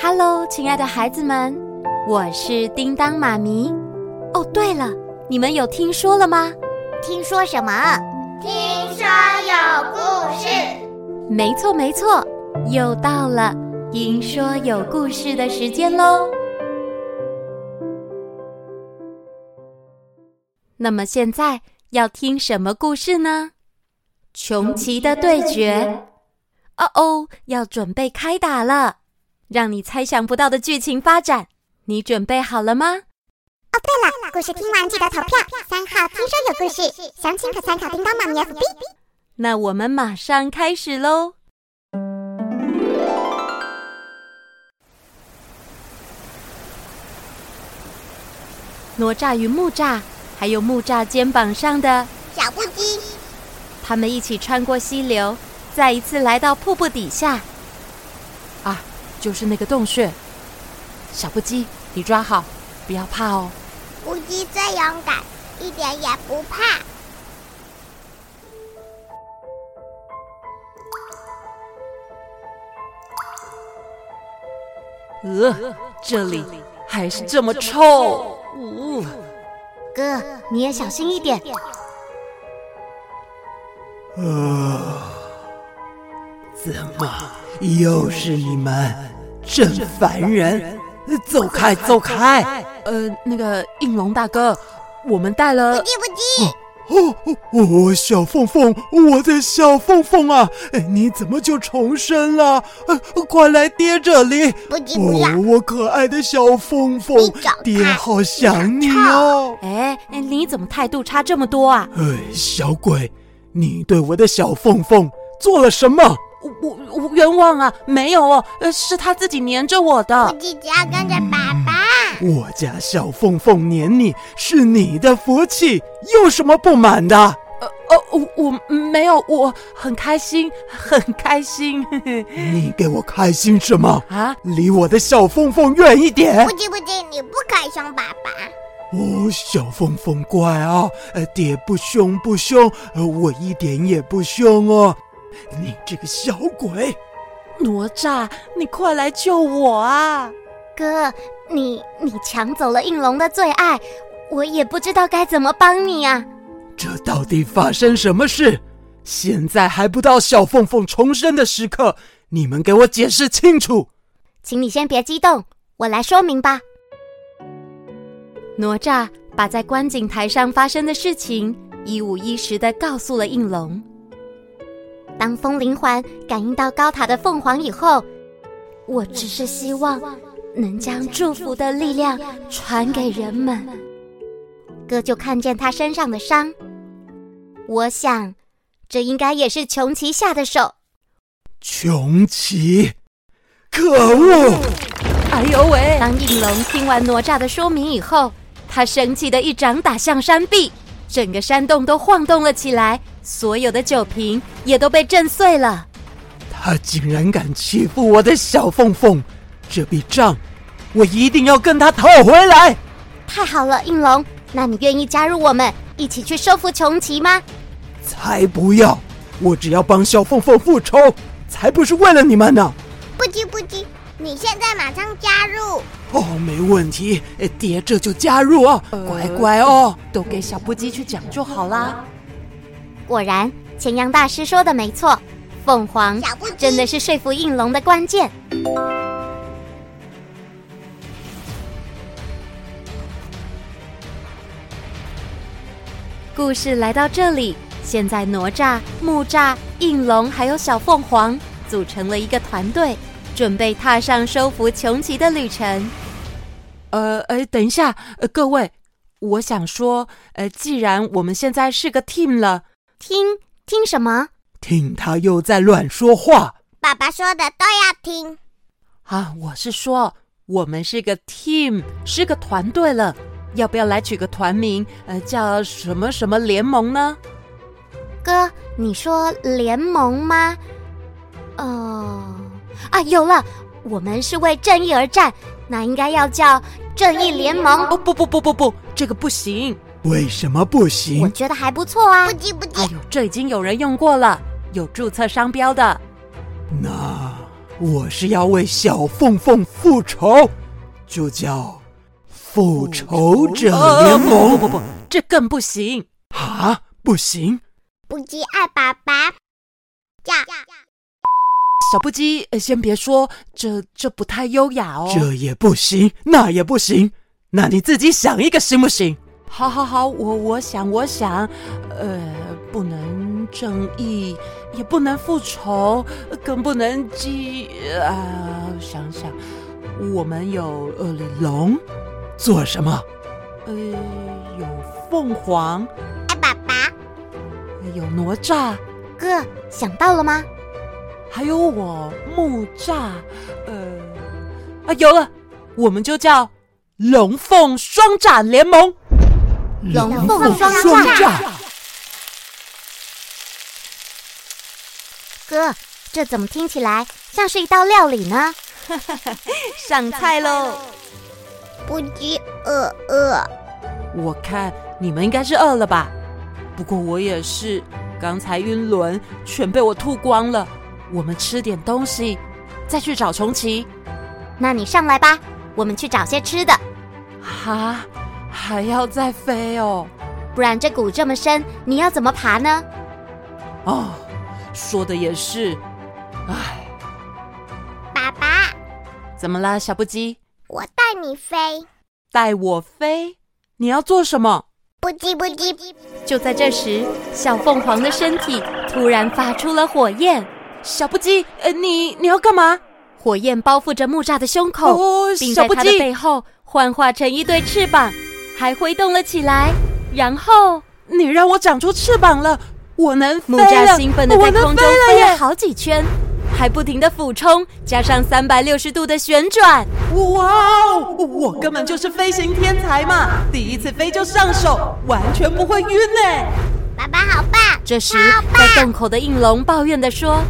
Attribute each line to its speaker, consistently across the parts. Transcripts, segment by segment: Speaker 1: Hello，亲爱的孩子们，我是叮当妈咪。哦，对了，你们有听说了吗？
Speaker 2: 听说什么？
Speaker 3: 听说有故事。
Speaker 1: 没错，没错，又到了听说有故事的时间喽。那么现在要听什么故事呢？穷奇的对决。哦哦，要准备开打了，让你猜想不到的剧情发展。你准备好了吗？
Speaker 2: 哦，对了，故事听完记得投票。三号听说有故事，详情可参考叮当妈咪 FB。
Speaker 1: 那我们马上开始喽。哪吒与木吒，还有木吒肩膀上的
Speaker 2: 小布丁，
Speaker 1: 他们一起穿过溪流，再一次来到瀑布底下。
Speaker 4: 啊，就是那个洞穴。小不羁，你抓好，不要怕哦。
Speaker 3: 乌鸡最勇敢，一点也不怕。
Speaker 4: 呃，这里还是这么臭。呜、
Speaker 2: 哥，你也小心一点。
Speaker 5: 怎么又是你们？真烦人！走开，走开！
Speaker 4: 呃，那个应龙大哥，我们带了
Speaker 3: 鸡不鸡？
Speaker 5: 哦哦，小凤凤，我的小凤凤啊，哎你怎么就重生了？呃，快来爹这里！
Speaker 3: 不鸡不要
Speaker 5: 哦，。我可爱的小凤凤
Speaker 3: 你找他，
Speaker 5: 爹好想你哦。
Speaker 1: 哎，你怎么态度差这么多啊？
Speaker 5: 哎，小鬼，你对我的小凤凤做了什么？
Speaker 4: 我我我冤枉啊！没有哦，呃，是他自己黏着我
Speaker 3: 不
Speaker 4: 的。
Speaker 2: 嗯
Speaker 3: 鸡只要跟着爸爸。
Speaker 5: 我家小凤凤撵你是你的福气，有什么不满的？
Speaker 4: 呃哦，我我没有，我很开心，很开心。嘿嘿
Speaker 5: 你给我开心什么？
Speaker 4: 啊，
Speaker 5: 离我的小凤凤远一点
Speaker 3: 不！鸡不鸡，你不可以凶爸爸。
Speaker 5: 哦，小凤凤乖啊，呃，爹不凶不凶，呃，我一点也不凶哦。你这个小鬼！
Speaker 4: 哪吒，你快来救我啊！
Speaker 2: 哥，你你抢走了应龙的最爱，我也不知道该怎么帮你啊。
Speaker 5: 这到底发生什么事？现在还不到小凤凤重生的时刻，你们给我解释清楚！
Speaker 2: 请你先别激动，我来说明吧。
Speaker 1: 哪吒把在观景台上发生的事情一五一十的告诉了应龙。
Speaker 2: 当风铃环感应到高塔的凤凰以后，我只是希望能将祝福的力量传给人们。哥就看见他身上的伤，我想，这应该也是穷奇下的手。
Speaker 5: 穷奇，可恶！
Speaker 4: 哎呦喂！
Speaker 1: 当应龙听完哪吒的说明以后，他生气的一掌打向山壁，整个山洞都晃动了起来，所有的酒瓶也都被震碎了。
Speaker 5: 他竟然敢欺负我的小凤凤，这笔账我一定要跟他讨回来！
Speaker 2: 太好了，应龙，那你愿意加入我们一起去收服穷奇吗？
Speaker 5: 才不要！我只要帮小凤凤复仇，才不是为了你们呢！
Speaker 3: 不鸡不鸡，你现在马上加入。
Speaker 5: 哦，没问题，哎爹这就加入哦，
Speaker 4: 呃
Speaker 5: 乖乖哦！
Speaker 4: 都给小布鸡去讲就好啦。
Speaker 2: 果然，前阳大师说的没错，凤凰
Speaker 3: 小不鸡
Speaker 2: 真的是说服应龙的关键。
Speaker 1: 故事来到这里，现在哪吒、木吒、应龙还有小凤凰组成了一个团队，准备踏上收服穷奇的旅程。
Speaker 4: 呃，哎，等一下，呃，各位，我想说，呃，既然我们现在是个 team 了，
Speaker 2: 听听什么？
Speaker 5: 听他又在乱说话，
Speaker 3: 爸爸说的都要听。
Speaker 4: 啊，我是说，我们是个 team，是个团队了，要不要来取个团名？呃，叫什么什么联盟呢？
Speaker 2: 哥，你说联盟吗？哦，啊，有了，我们是为正义而战，那应该要叫正义联盟
Speaker 4: 哦，。不不不不不，这个不行。
Speaker 5: 为什么不
Speaker 2: 我
Speaker 5: 行？
Speaker 2: 觉得还不错啊
Speaker 3: 不。鸡
Speaker 4: 哎
Speaker 3: 不鸡
Speaker 4: 哎，呦，这已经有人用过了，有注册商标的。
Speaker 5: 那
Speaker 6: 我是要为小凤凤复仇，就叫复仇者联
Speaker 4: 哦
Speaker 5: 不
Speaker 6: 盟
Speaker 5: 不不，这更不行。
Speaker 6: 啊！不行，
Speaker 2: 不及爱爸爸，叫
Speaker 5: 小布鸡，呃先别说，这这不太优雅哦。
Speaker 6: 这也不行，那也不行，那你自己想一个行不行？
Speaker 5: 好好好，我我想我想，呃，不能正义，也不能复仇，更不能激啊、想想，我们有呃龙，
Speaker 6: 做什么？
Speaker 5: 呃有凤凰，
Speaker 2: 爱爸爸，
Speaker 5: 有哪吒，
Speaker 7: 哥，想到了吗？
Speaker 5: 还有我木吒，呃啊有了，我们就叫龙凤双展联盟。
Speaker 7: 龙凤双
Speaker 6: 双
Speaker 7: 煞。
Speaker 6: 炸！
Speaker 7: 哥，这怎么听起来像是一道料理呢？
Speaker 1: 上菜喽！
Speaker 2: 不及饿饿，
Speaker 5: 我看你们应该是饿了吧？不过我也是，刚才晕轮全被我吐光了。我们吃点东西，再去找重奇。
Speaker 7: 那你上来吧，我们去找些吃的，
Speaker 5: 哈，啊还要再飞哦。
Speaker 7: 不然这谷这么深，你要怎么爬呢？
Speaker 5: 哦，说的也是。唉，
Speaker 2: 爸爸，
Speaker 5: 怎么啦，小不鸡？
Speaker 2: 我带你飞。
Speaker 5: 带我飞？你要做什么？
Speaker 2: 不及不及，
Speaker 1: 就在这时，小凤凰的身体突然发出了火焰，
Speaker 5: 小不鸡，呃，你你要干嘛？
Speaker 1: 火焰包覆着木栅的胸口，
Speaker 5: 哦，
Speaker 1: 并
Speaker 5: 小
Speaker 1: 在
Speaker 5: 不
Speaker 1: 它的
Speaker 5: 鸡，
Speaker 1: 背后幻化成一对翅膀，还挥动了起来。然后，
Speaker 5: 你让我长出翅膀了，我能飞
Speaker 1: 木
Speaker 5: 了！
Speaker 1: 栅兴奋的
Speaker 5: 我
Speaker 1: 在
Speaker 5: 能
Speaker 1: 空
Speaker 5: 飞
Speaker 1: 中
Speaker 5: 了
Speaker 1: 飞
Speaker 5: 耶
Speaker 1: 了！好几圈，还不停的俯冲，加上三百六十度的旋转。
Speaker 5: 哇哦！我根本就是飞行天才嘛，第一次飞就上手，完全不会晕嘞。
Speaker 2: 爸爸好棒！
Speaker 1: 这时，在洞口的应龙抱怨地说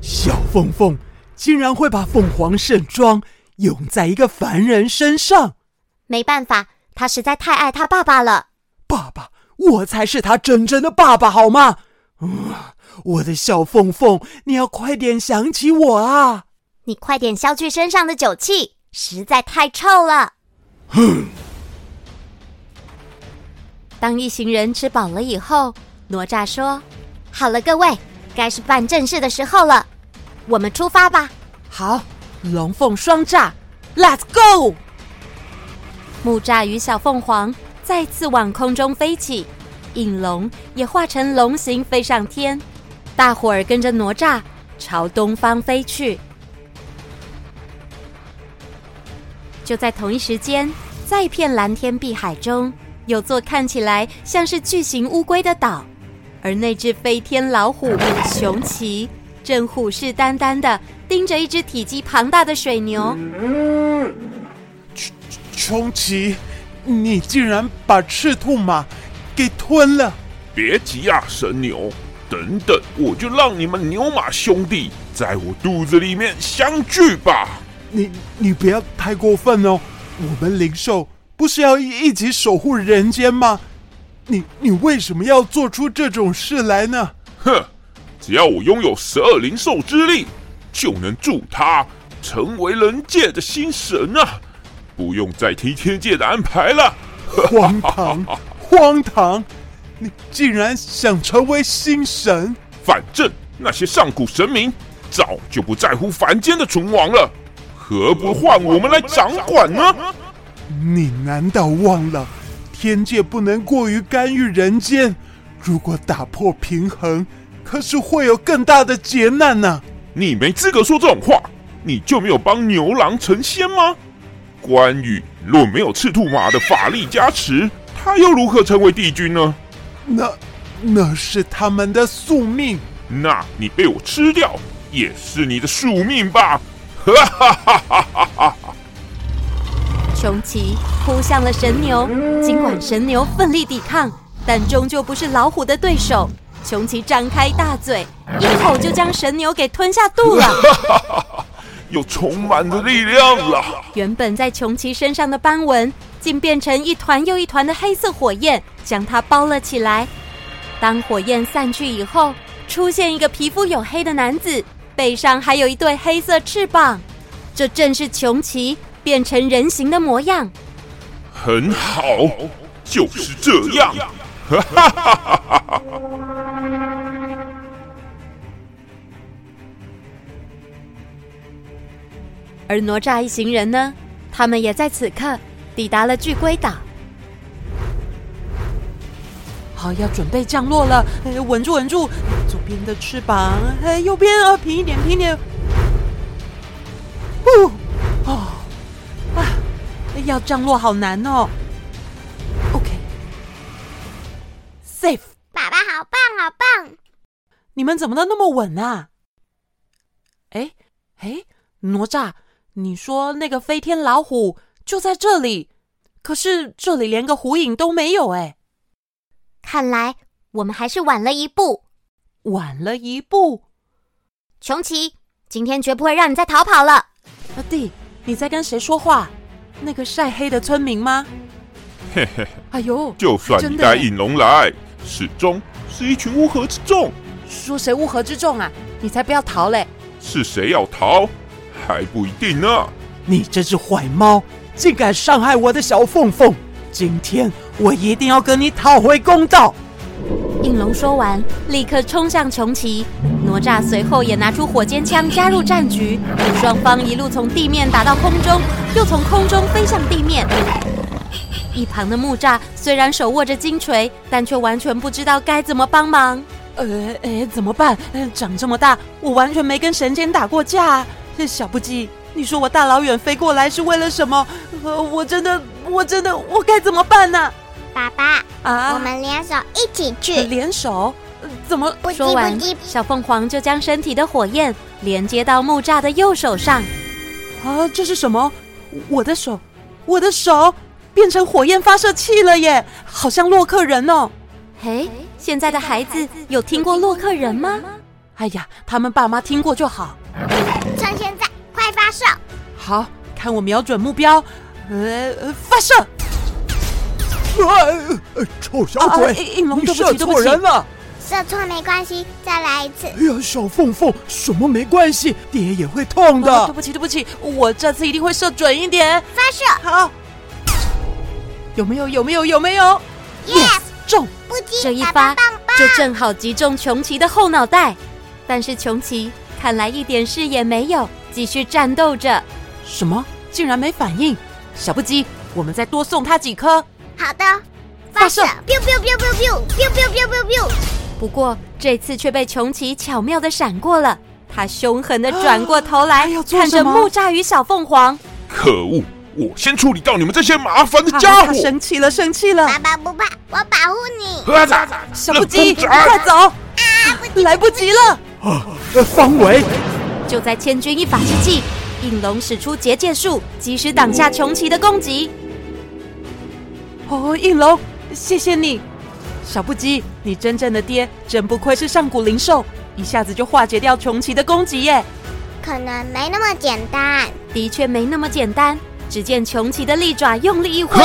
Speaker 6: 小凤凤竟然会把凤凰盛装用在一个凡人身上，
Speaker 7: 没办法，他实在太爱他爸爸了。
Speaker 6: 爸爸，我才是他真正的爸爸，好吗？嗯，我的小凤凤，你要快点想起我啊！
Speaker 7: 你快点消去身上的酒气，实在太臭了。：“
Speaker 1: 当一行人吃饱了以后，哪吒说
Speaker 7: 好了，各位，该是办正事的时候了，我们出发吧。
Speaker 5: 好，龙凤双炸，Let's go！：“
Speaker 1: 木栅与小凤凰再次往空中飞起，应龙也化成龙形飞上天，大伙儿跟着哪吒朝东方飞去。”就在同一时间，在一片蓝天碧海中，有座看起来像是巨型乌龟的岛，而那只飞天老虎熊奇正虎视眈眈的盯着一只体积庞大的水牛。
Speaker 6: 穷奇，你竟然把赤兔马给吞了！
Speaker 8: 别急啊，神牛，等等，我就让你们牛马兄弟在我肚子里面相聚吧。
Speaker 6: 你你不要太过分哦！我们灵兽不是要一起守护人间吗？你你为什么要做出这种事来呢？
Speaker 8: 哼，只要我拥有十二灵兽之力，就能助他成为人界的新神啊！不用再听天界的安排了。
Speaker 6: 荒唐，荒唐！你竟然想成为星神？
Speaker 8: 反正那些上古神明早就不在乎凡间的存亡了，何不换我们来掌管呢？
Speaker 6: 你难道忘了，天界不能过于干预人间？如果打破平衡，可是会有更大的劫难呢、
Speaker 8: 你没资格说这种话，你就没有帮牛郎成仙吗？关羽若没有赤兔马的法力加持，他又如何成为帝君呢？
Speaker 6: 那那是他们的宿命。
Speaker 8: 那你被我吃掉，也是你的宿命吧？哈哈哈哈哈哈！
Speaker 1: 穷奇扑向了神牛，尽管神牛奋力抵抗，但终究不是老虎的对手。穷奇张开大嘴，一口就将神牛给吞下肚了。
Speaker 8: 又充满着力量了。
Speaker 1: 原本在穷奇身上的斑纹，竟变成一团又一团的黑色火焰，将它包了起来。当火焰散去以后，出现一个皮肤黝黑的男子，背上还有一对黑色翅膀，这正是穷奇变成人形的模样。
Speaker 8: 很好，就是这样。哈哈哈哈哈哈！
Speaker 1: 而哪吒一行人呢，他们也在此刻抵达了巨龟岛。
Speaker 5: 好，要准备降落了，哎稳住稳住，左边的翅膀，哎，右边啊，平一点平一点，哦，哦，啊，要降落好难哦。OK，safe，、
Speaker 2: 爸爸好棒，好棒！
Speaker 5: 你们怎么都那么稳啊？哎哎，哪吒，你说那个飞天老虎就在这里，可是这里连个虎影都没有哎、
Speaker 7: 看来我们还是晚了一步。
Speaker 5: 晚了一步。
Speaker 7: 穷奇，今天绝不会让你再逃跑了。
Speaker 5: 阿弟，你在跟谁说话？那个晒黑的村民吗？
Speaker 8: 嘿嘿，
Speaker 5: 哎呦，
Speaker 8: 就算你
Speaker 5: 真
Speaker 8: 带
Speaker 5: 的
Speaker 8: 引龙来，始终是一群乌合之众。
Speaker 5: 说谁乌合之众啊？你才不要逃嘞！
Speaker 8: 是谁要逃，还不一定呢。
Speaker 9: 你这只坏猫，竟敢伤害我的小凤凤！今天我一定要跟你讨回公道！
Speaker 1: 应龙说完，立刻冲向穷奇，哪吒随后也拿出火尖枪加入战局，双方一路从地面打到空中，又从空中飞向地面。一旁的木吒虽然手握着金锤，但却完全不知道该怎么帮忙。
Speaker 5: 呃，哎，怎么办？呃长这么大，我完全没跟神仙打过架、啊。这小不羁，你说我大老远飞过来是为了什么？呃，我真的，我真的，我该怎么办呢、
Speaker 2: 爸爸，
Speaker 5: 啊？
Speaker 2: 我们联手一起
Speaker 5: 呃
Speaker 2: 去。
Speaker 5: 联手、呃怎么？
Speaker 2: 不
Speaker 1: 说
Speaker 2: 急
Speaker 1: 完
Speaker 2: 不急，，
Speaker 1: 小凤凰就将身体的火焰连接到木吒的右手上。
Speaker 5: 啊，这是什么？我的手，我的手变成火焰发射器了耶！好像洛克人哦。
Speaker 1: 嘿，现在的孩子有听过洛克人吗？
Speaker 5: 哎呀，他们爸妈听过就好。
Speaker 2: 趁现在快发射！
Speaker 5: 好看我瞄准目标，呃，呃发射！
Speaker 9: 哎，哎臭小
Speaker 5: 啊
Speaker 9: 鬼，
Speaker 5: 哎应龙
Speaker 9: 你
Speaker 5: 对不起
Speaker 9: 射
Speaker 5: 对不
Speaker 9: 错
Speaker 5: 起
Speaker 9: 人了！
Speaker 2: 射错没关系，再来一次。
Speaker 9: 哎呀，小凤凤，什么没关系，爹也会痛
Speaker 5: 哦对
Speaker 9: 的。
Speaker 5: 不起，对不起，我这次一定会射准一点。
Speaker 2: 发射
Speaker 5: 好，有没有？有没有？有没有
Speaker 2: ！Yes，
Speaker 5: 中？
Speaker 2: 不急，
Speaker 1: 这一
Speaker 2: 爸
Speaker 1: 发
Speaker 2: 爸棒棒。
Speaker 1: 就正好击中穷奇的后脑袋，但是穷奇看来一点事也没有，继续战斗着。
Speaker 5: 什么？竟然没反应？小不羁，我们再多送他几颗。
Speaker 2: 好的，发射
Speaker 5: 发射
Speaker 2: ！biu biu biu biu biu biu biu biu biu
Speaker 10: 哦
Speaker 2: biu。
Speaker 1: 不过这次却被穷奇巧妙的闪过了，他凶狠的转过头来，
Speaker 5: 要做
Speaker 1: 看着
Speaker 5: 什么
Speaker 1: 木吒与小凤凰。
Speaker 8: 可恶！我先处理掉你们这些麻烦的
Speaker 5: 啊
Speaker 8: 家
Speaker 5: 他
Speaker 8: 伙！
Speaker 5: 生气了，生气了。
Speaker 2: 爸爸不怕，我保护你。
Speaker 8: 啊咋
Speaker 5: 小不羁，
Speaker 8: 愣公
Speaker 5: 快走！来不及了。
Speaker 9: 呃，方伟，
Speaker 1: 就在千钧一发之际，应龙使出结界术，及时挡下穷奇的攻击。
Speaker 5: 哦，应龙，谢谢你。小不羁，你真正的爹，真不愧是上古灵兽，一下子就化解掉穷奇的攻击耶。
Speaker 2: 可能没那么简单。
Speaker 1: 的确没那么简单，只见穷奇的利爪用力一挥，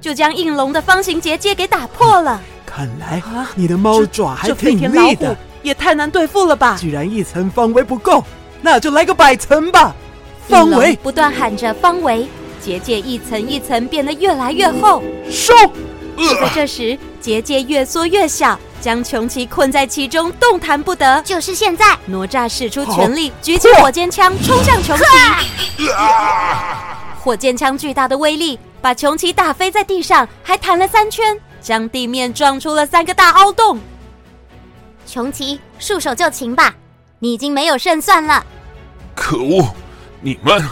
Speaker 1: 就将应龙的方形结界给打破了。
Speaker 9: 看来
Speaker 5: 啊
Speaker 9: 你的猫爪还
Speaker 5: 这飞
Speaker 9: 挺
Speaker 5: 天老
Speaker 9: 利
Speaker 5: 虎
Speaker 9: 的，
Speaker 5: 也太难对付了吧？
Speaker 9: 居然一层方围不够，那就来个百层吧。方
Speaker 1: 应龙
Speaker 9: 围，
Speaker 1: 不断喊着方围，结界一层一层变得越来越 厚。
Speaker 9: 收！
Speaker 1: 就在这时，结界越缩越小，将穷奇困在其中，动弹不得。
Speaker 7: 就是现在，
Speaker 1: 哪吒使出全力，举起火尖枪冲向穷奇。
Speaker 8: 呃
Speaker 1: 火箭枪巨大的威力把穷奇打飞在地上，还弹了三圈，将地面撞出了三个大凹洞。
Speaker 7: 穷奇，束手就擒吧，你已经没有胜算了。
Speaker 8: 可恶！你们，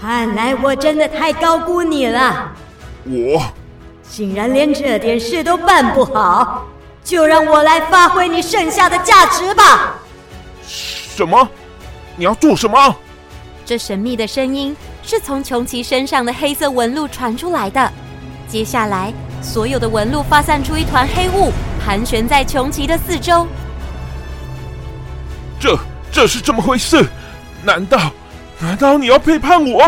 Speaker 11: 看来我真的太高估你了，
Speaker 8: 我
Speaker 11: 竟然连这点事都办不好。就让我来发挥你剩下的价值吧！
Speaker 8: 什么？你要做什么？
Speaker 1: 这神秘的声音是从穷奇身上的黑色纹路传出来的。接下来，所有的纹路发散出一团黑雾，盘旋在穷奇的四周。
Speaker 8: 这这是这么回事？难道难道你要背叛我？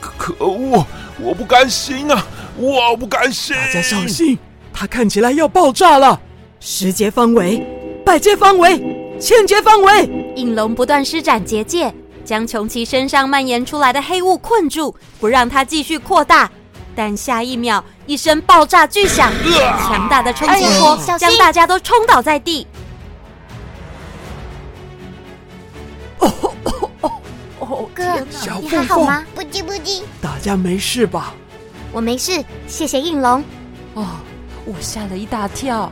Speaker 8: 可可恶！我不甘心啊！我不甘心！
Speaker 9: 大家小心，它看起来要爆炸了。
Speaker 11: 十节方围，百节方围，千节方围，
Speaker 1: 应龙不断施展结界，将穷奇身上蔓延出来的黑雾困住，不让它继续扩大。但下一秒，一声爆炸巨响，强大的冲击波
Speaker 10: 哎小心
Speaker 1: 将大家都冲倒在地。
Speaker 5: 哦，
Speaker 10: 哥，
Speaker 5: 小
Speaker 10: 你还
Speaker 5: 凤
Speaker 10: 好
Speaker 5: 凤，
Speaker 10: 吗？
Speaker 2: 不叽不叽，
Speaker 5: 大家没事吧？
Speaker 10: 我没事，谢谢应龙。
Speaker 12: 哦，我吓了一大跳。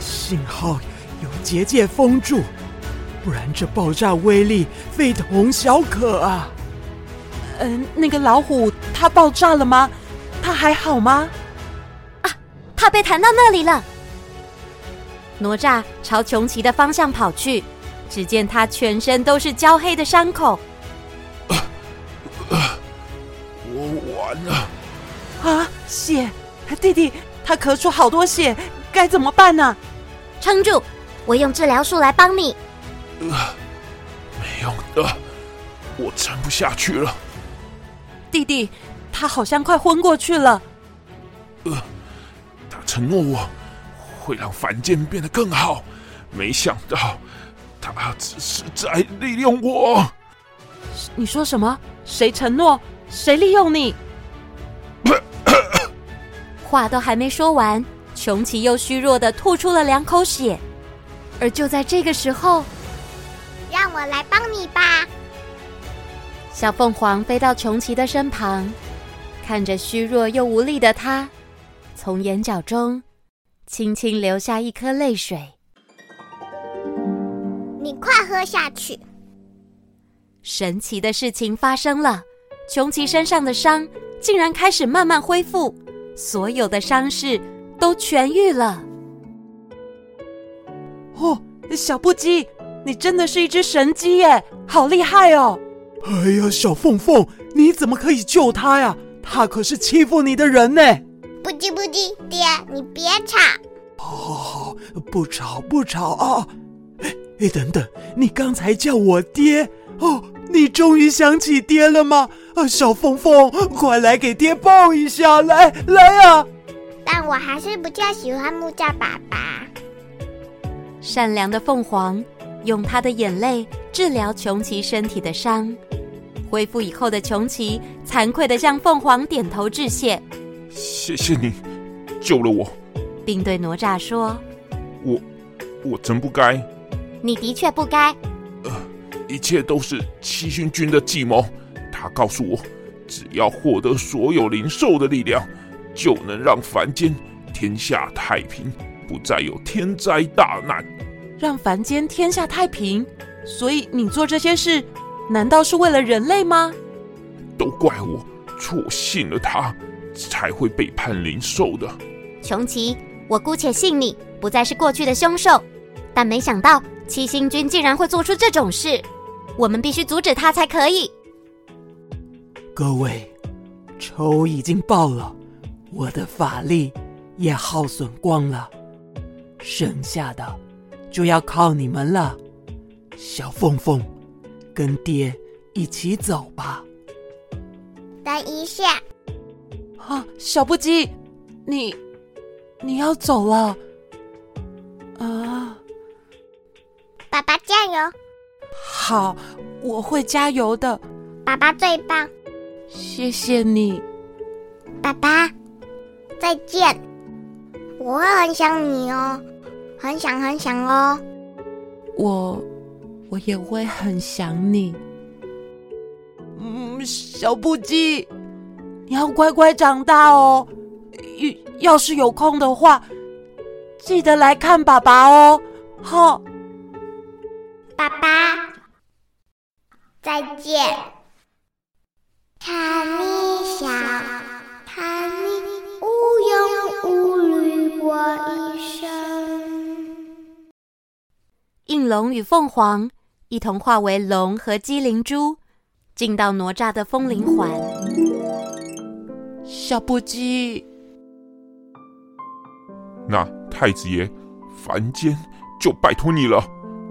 Speaker 5: 幸好有结界封住，不然这爆炸威力非同小可啊！
Speaker 12: 嗯、那个老虎它爆炸了吗？它还好吗？
Speaker 1: 他被弹到那里了。哪吒朝穷奇的方向跑去，只见他全身都是焦黑的伤口，
Speaker 8: 我完了，
Speaker 12: 啊，血！弟弟，它咳出好多血，该怎么办呢、
Speaker 10: 撑住，我用治疗术来帮你。
Speaker 8: 呃没用的，我撑不下去了。
Speaker 12: 弟弟，他好像快昏过去了。
Speaker 8: 他承诺我会让凡间变得更好，没想到他只是在利用我。
Speaker 12: 你说什么？谁承诺？谁利用你？
Speaker 1: 话都还没说完，穷奇又虚弱的吐出了两口血。而就在这个时候，
Speaker 2: 让我来帮你吧。
Speaker 1: 小凤凰飞到穷奇的身旁，看着虚弱又无力的他，从眼角中轻轻流下一颗泪水。
Speaker 2: 你快喝下去，
Speaker 1: 神奇的事情发生了，穷奇身上的伤竟然开始慢慢恢复，所有的伤势都痊愈了。
Speaker 12: 哦，小布鸡，你真的是一只神鸡耶，好厉害哦！
Speaker 5: 哎呀，小凤凤，你怎么可以救他呀？他可是欺负你的人呢！
Speaker 2: 不叽不叽，爹，你别吵，
Speaker 5: 不吵不吵啊！哎哎，等等，你刚才叫我爹哦，你终于想起爹了吗？啊，小凤凤，快来给爹抱一下，来来啊呀、
Speaker 2: 但我还是比较喜欢木匠爸爸。
Speaker 1: 善良的凤凰用他的眼泪治疗穷奇身体的伤，恢复以后的穷奇惭愧地向凤凰点头致谢，
Speaker 8: 谢谢你救了我，
Speaker 1: 并对哪吒说
Speaker 8: 我我真不该，
Speaker 10: 你的确不该，
Speaker 8: 一切都是七星君的计谋。他告诉我，只要获得所有灵兽的力量，就能让凡间天下太平，不再有天灾大难。
Speaker 12: 让凡间天下太平。所以你做这些事，难道是为了人类吗？
Speaker 8: 都怪我错信了他，才会被判灵兽的。
Speaker 10: 穷奇，我姑且信你不再是过去的凶手，但没想到七星君竟然会做出这种事，我们必须阻止他才可以。
Speaker 5: 各位，仇已经报了，我的法力也耗损光了，剩下的就要靠你们了。小凤凤，跟爹一起走吧。
Speaker 2: 等一下，
Speaker 12: 啊，小布鸡，你你要走了啊？
Speaker 2: 爸爸加油，
Speaker 12: 好，我会加油的，
Speaker 2: 爸爸最棒，
Speaker 12: 谢谢你。
Speaker 2: 爸爸，再见。我会很想你哦，很想很想哦。
Speaker 12: 我我也会很想你。嗯，小布鸡，你要乖乖长大哦。要要是有空的话，记得来看爸爸哦。好、
Speaker 2: 爸爸，再见。看你笑，看你无忧无虑过一生。：“
Speaker 1: 应龙与凤凰一同化为龙和鸡灵珠，进到哪吒的风灵环。”
Speaker 12: 小布鸡，
Speaker 8: 那太子爷，凡间就拜托你了。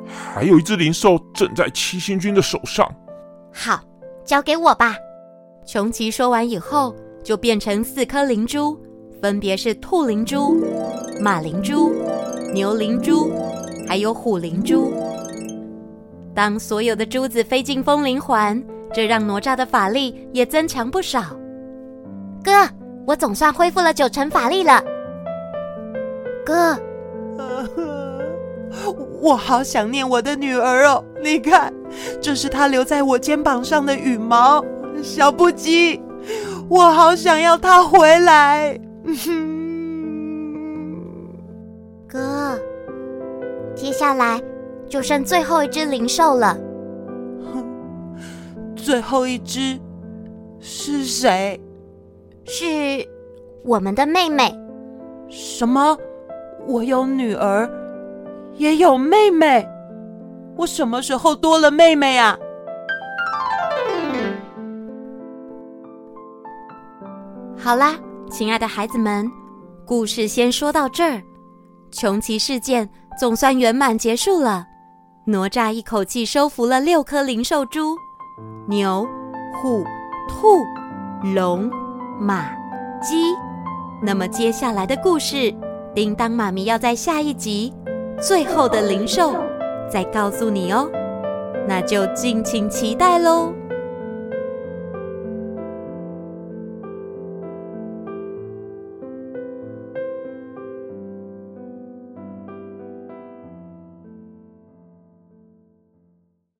Speaker 8: 还有一只灵兽正在七星君的手上，
Speaker 10: 好，交给我吧。
Speaker 1: 穷奇说完以后，就变成四颗灵珠，分别是兔灵珠、马灵珠、牛灵珠，还有虎灵珠。当所有的珠子飞进风铃环，这让哪吒的法力也增强不少。
Speaker 2: 哥，我总算恢复了九成法力了。哥，
Speaker 5: 我好想念我的女儿哦！你看，这是她留在我肩膀上的羽毛，小不羁，我好想要她回来。
Speaker 2: 哥，接下来就剩最后一只灵兽了。
Speaker 5: 最后一只是谁？
Speaker 2: 是我们的妹妹。
Speaker 5: 什么？我有女儿，也有妹妹。我什么时候多了妹妹啊？
Speaker 1: 好啦，亲爱的孩子们，故事先说到这儿。穷奇事件总算圆满结束了。哪吒一口气收服了六颗灵兽珠：牛、虎、兔、龙、马、鸡。那么接下来的故事，叮当妈咪要在下一集《最后的灵兽》再告诉你哦，那就敬请期待喽。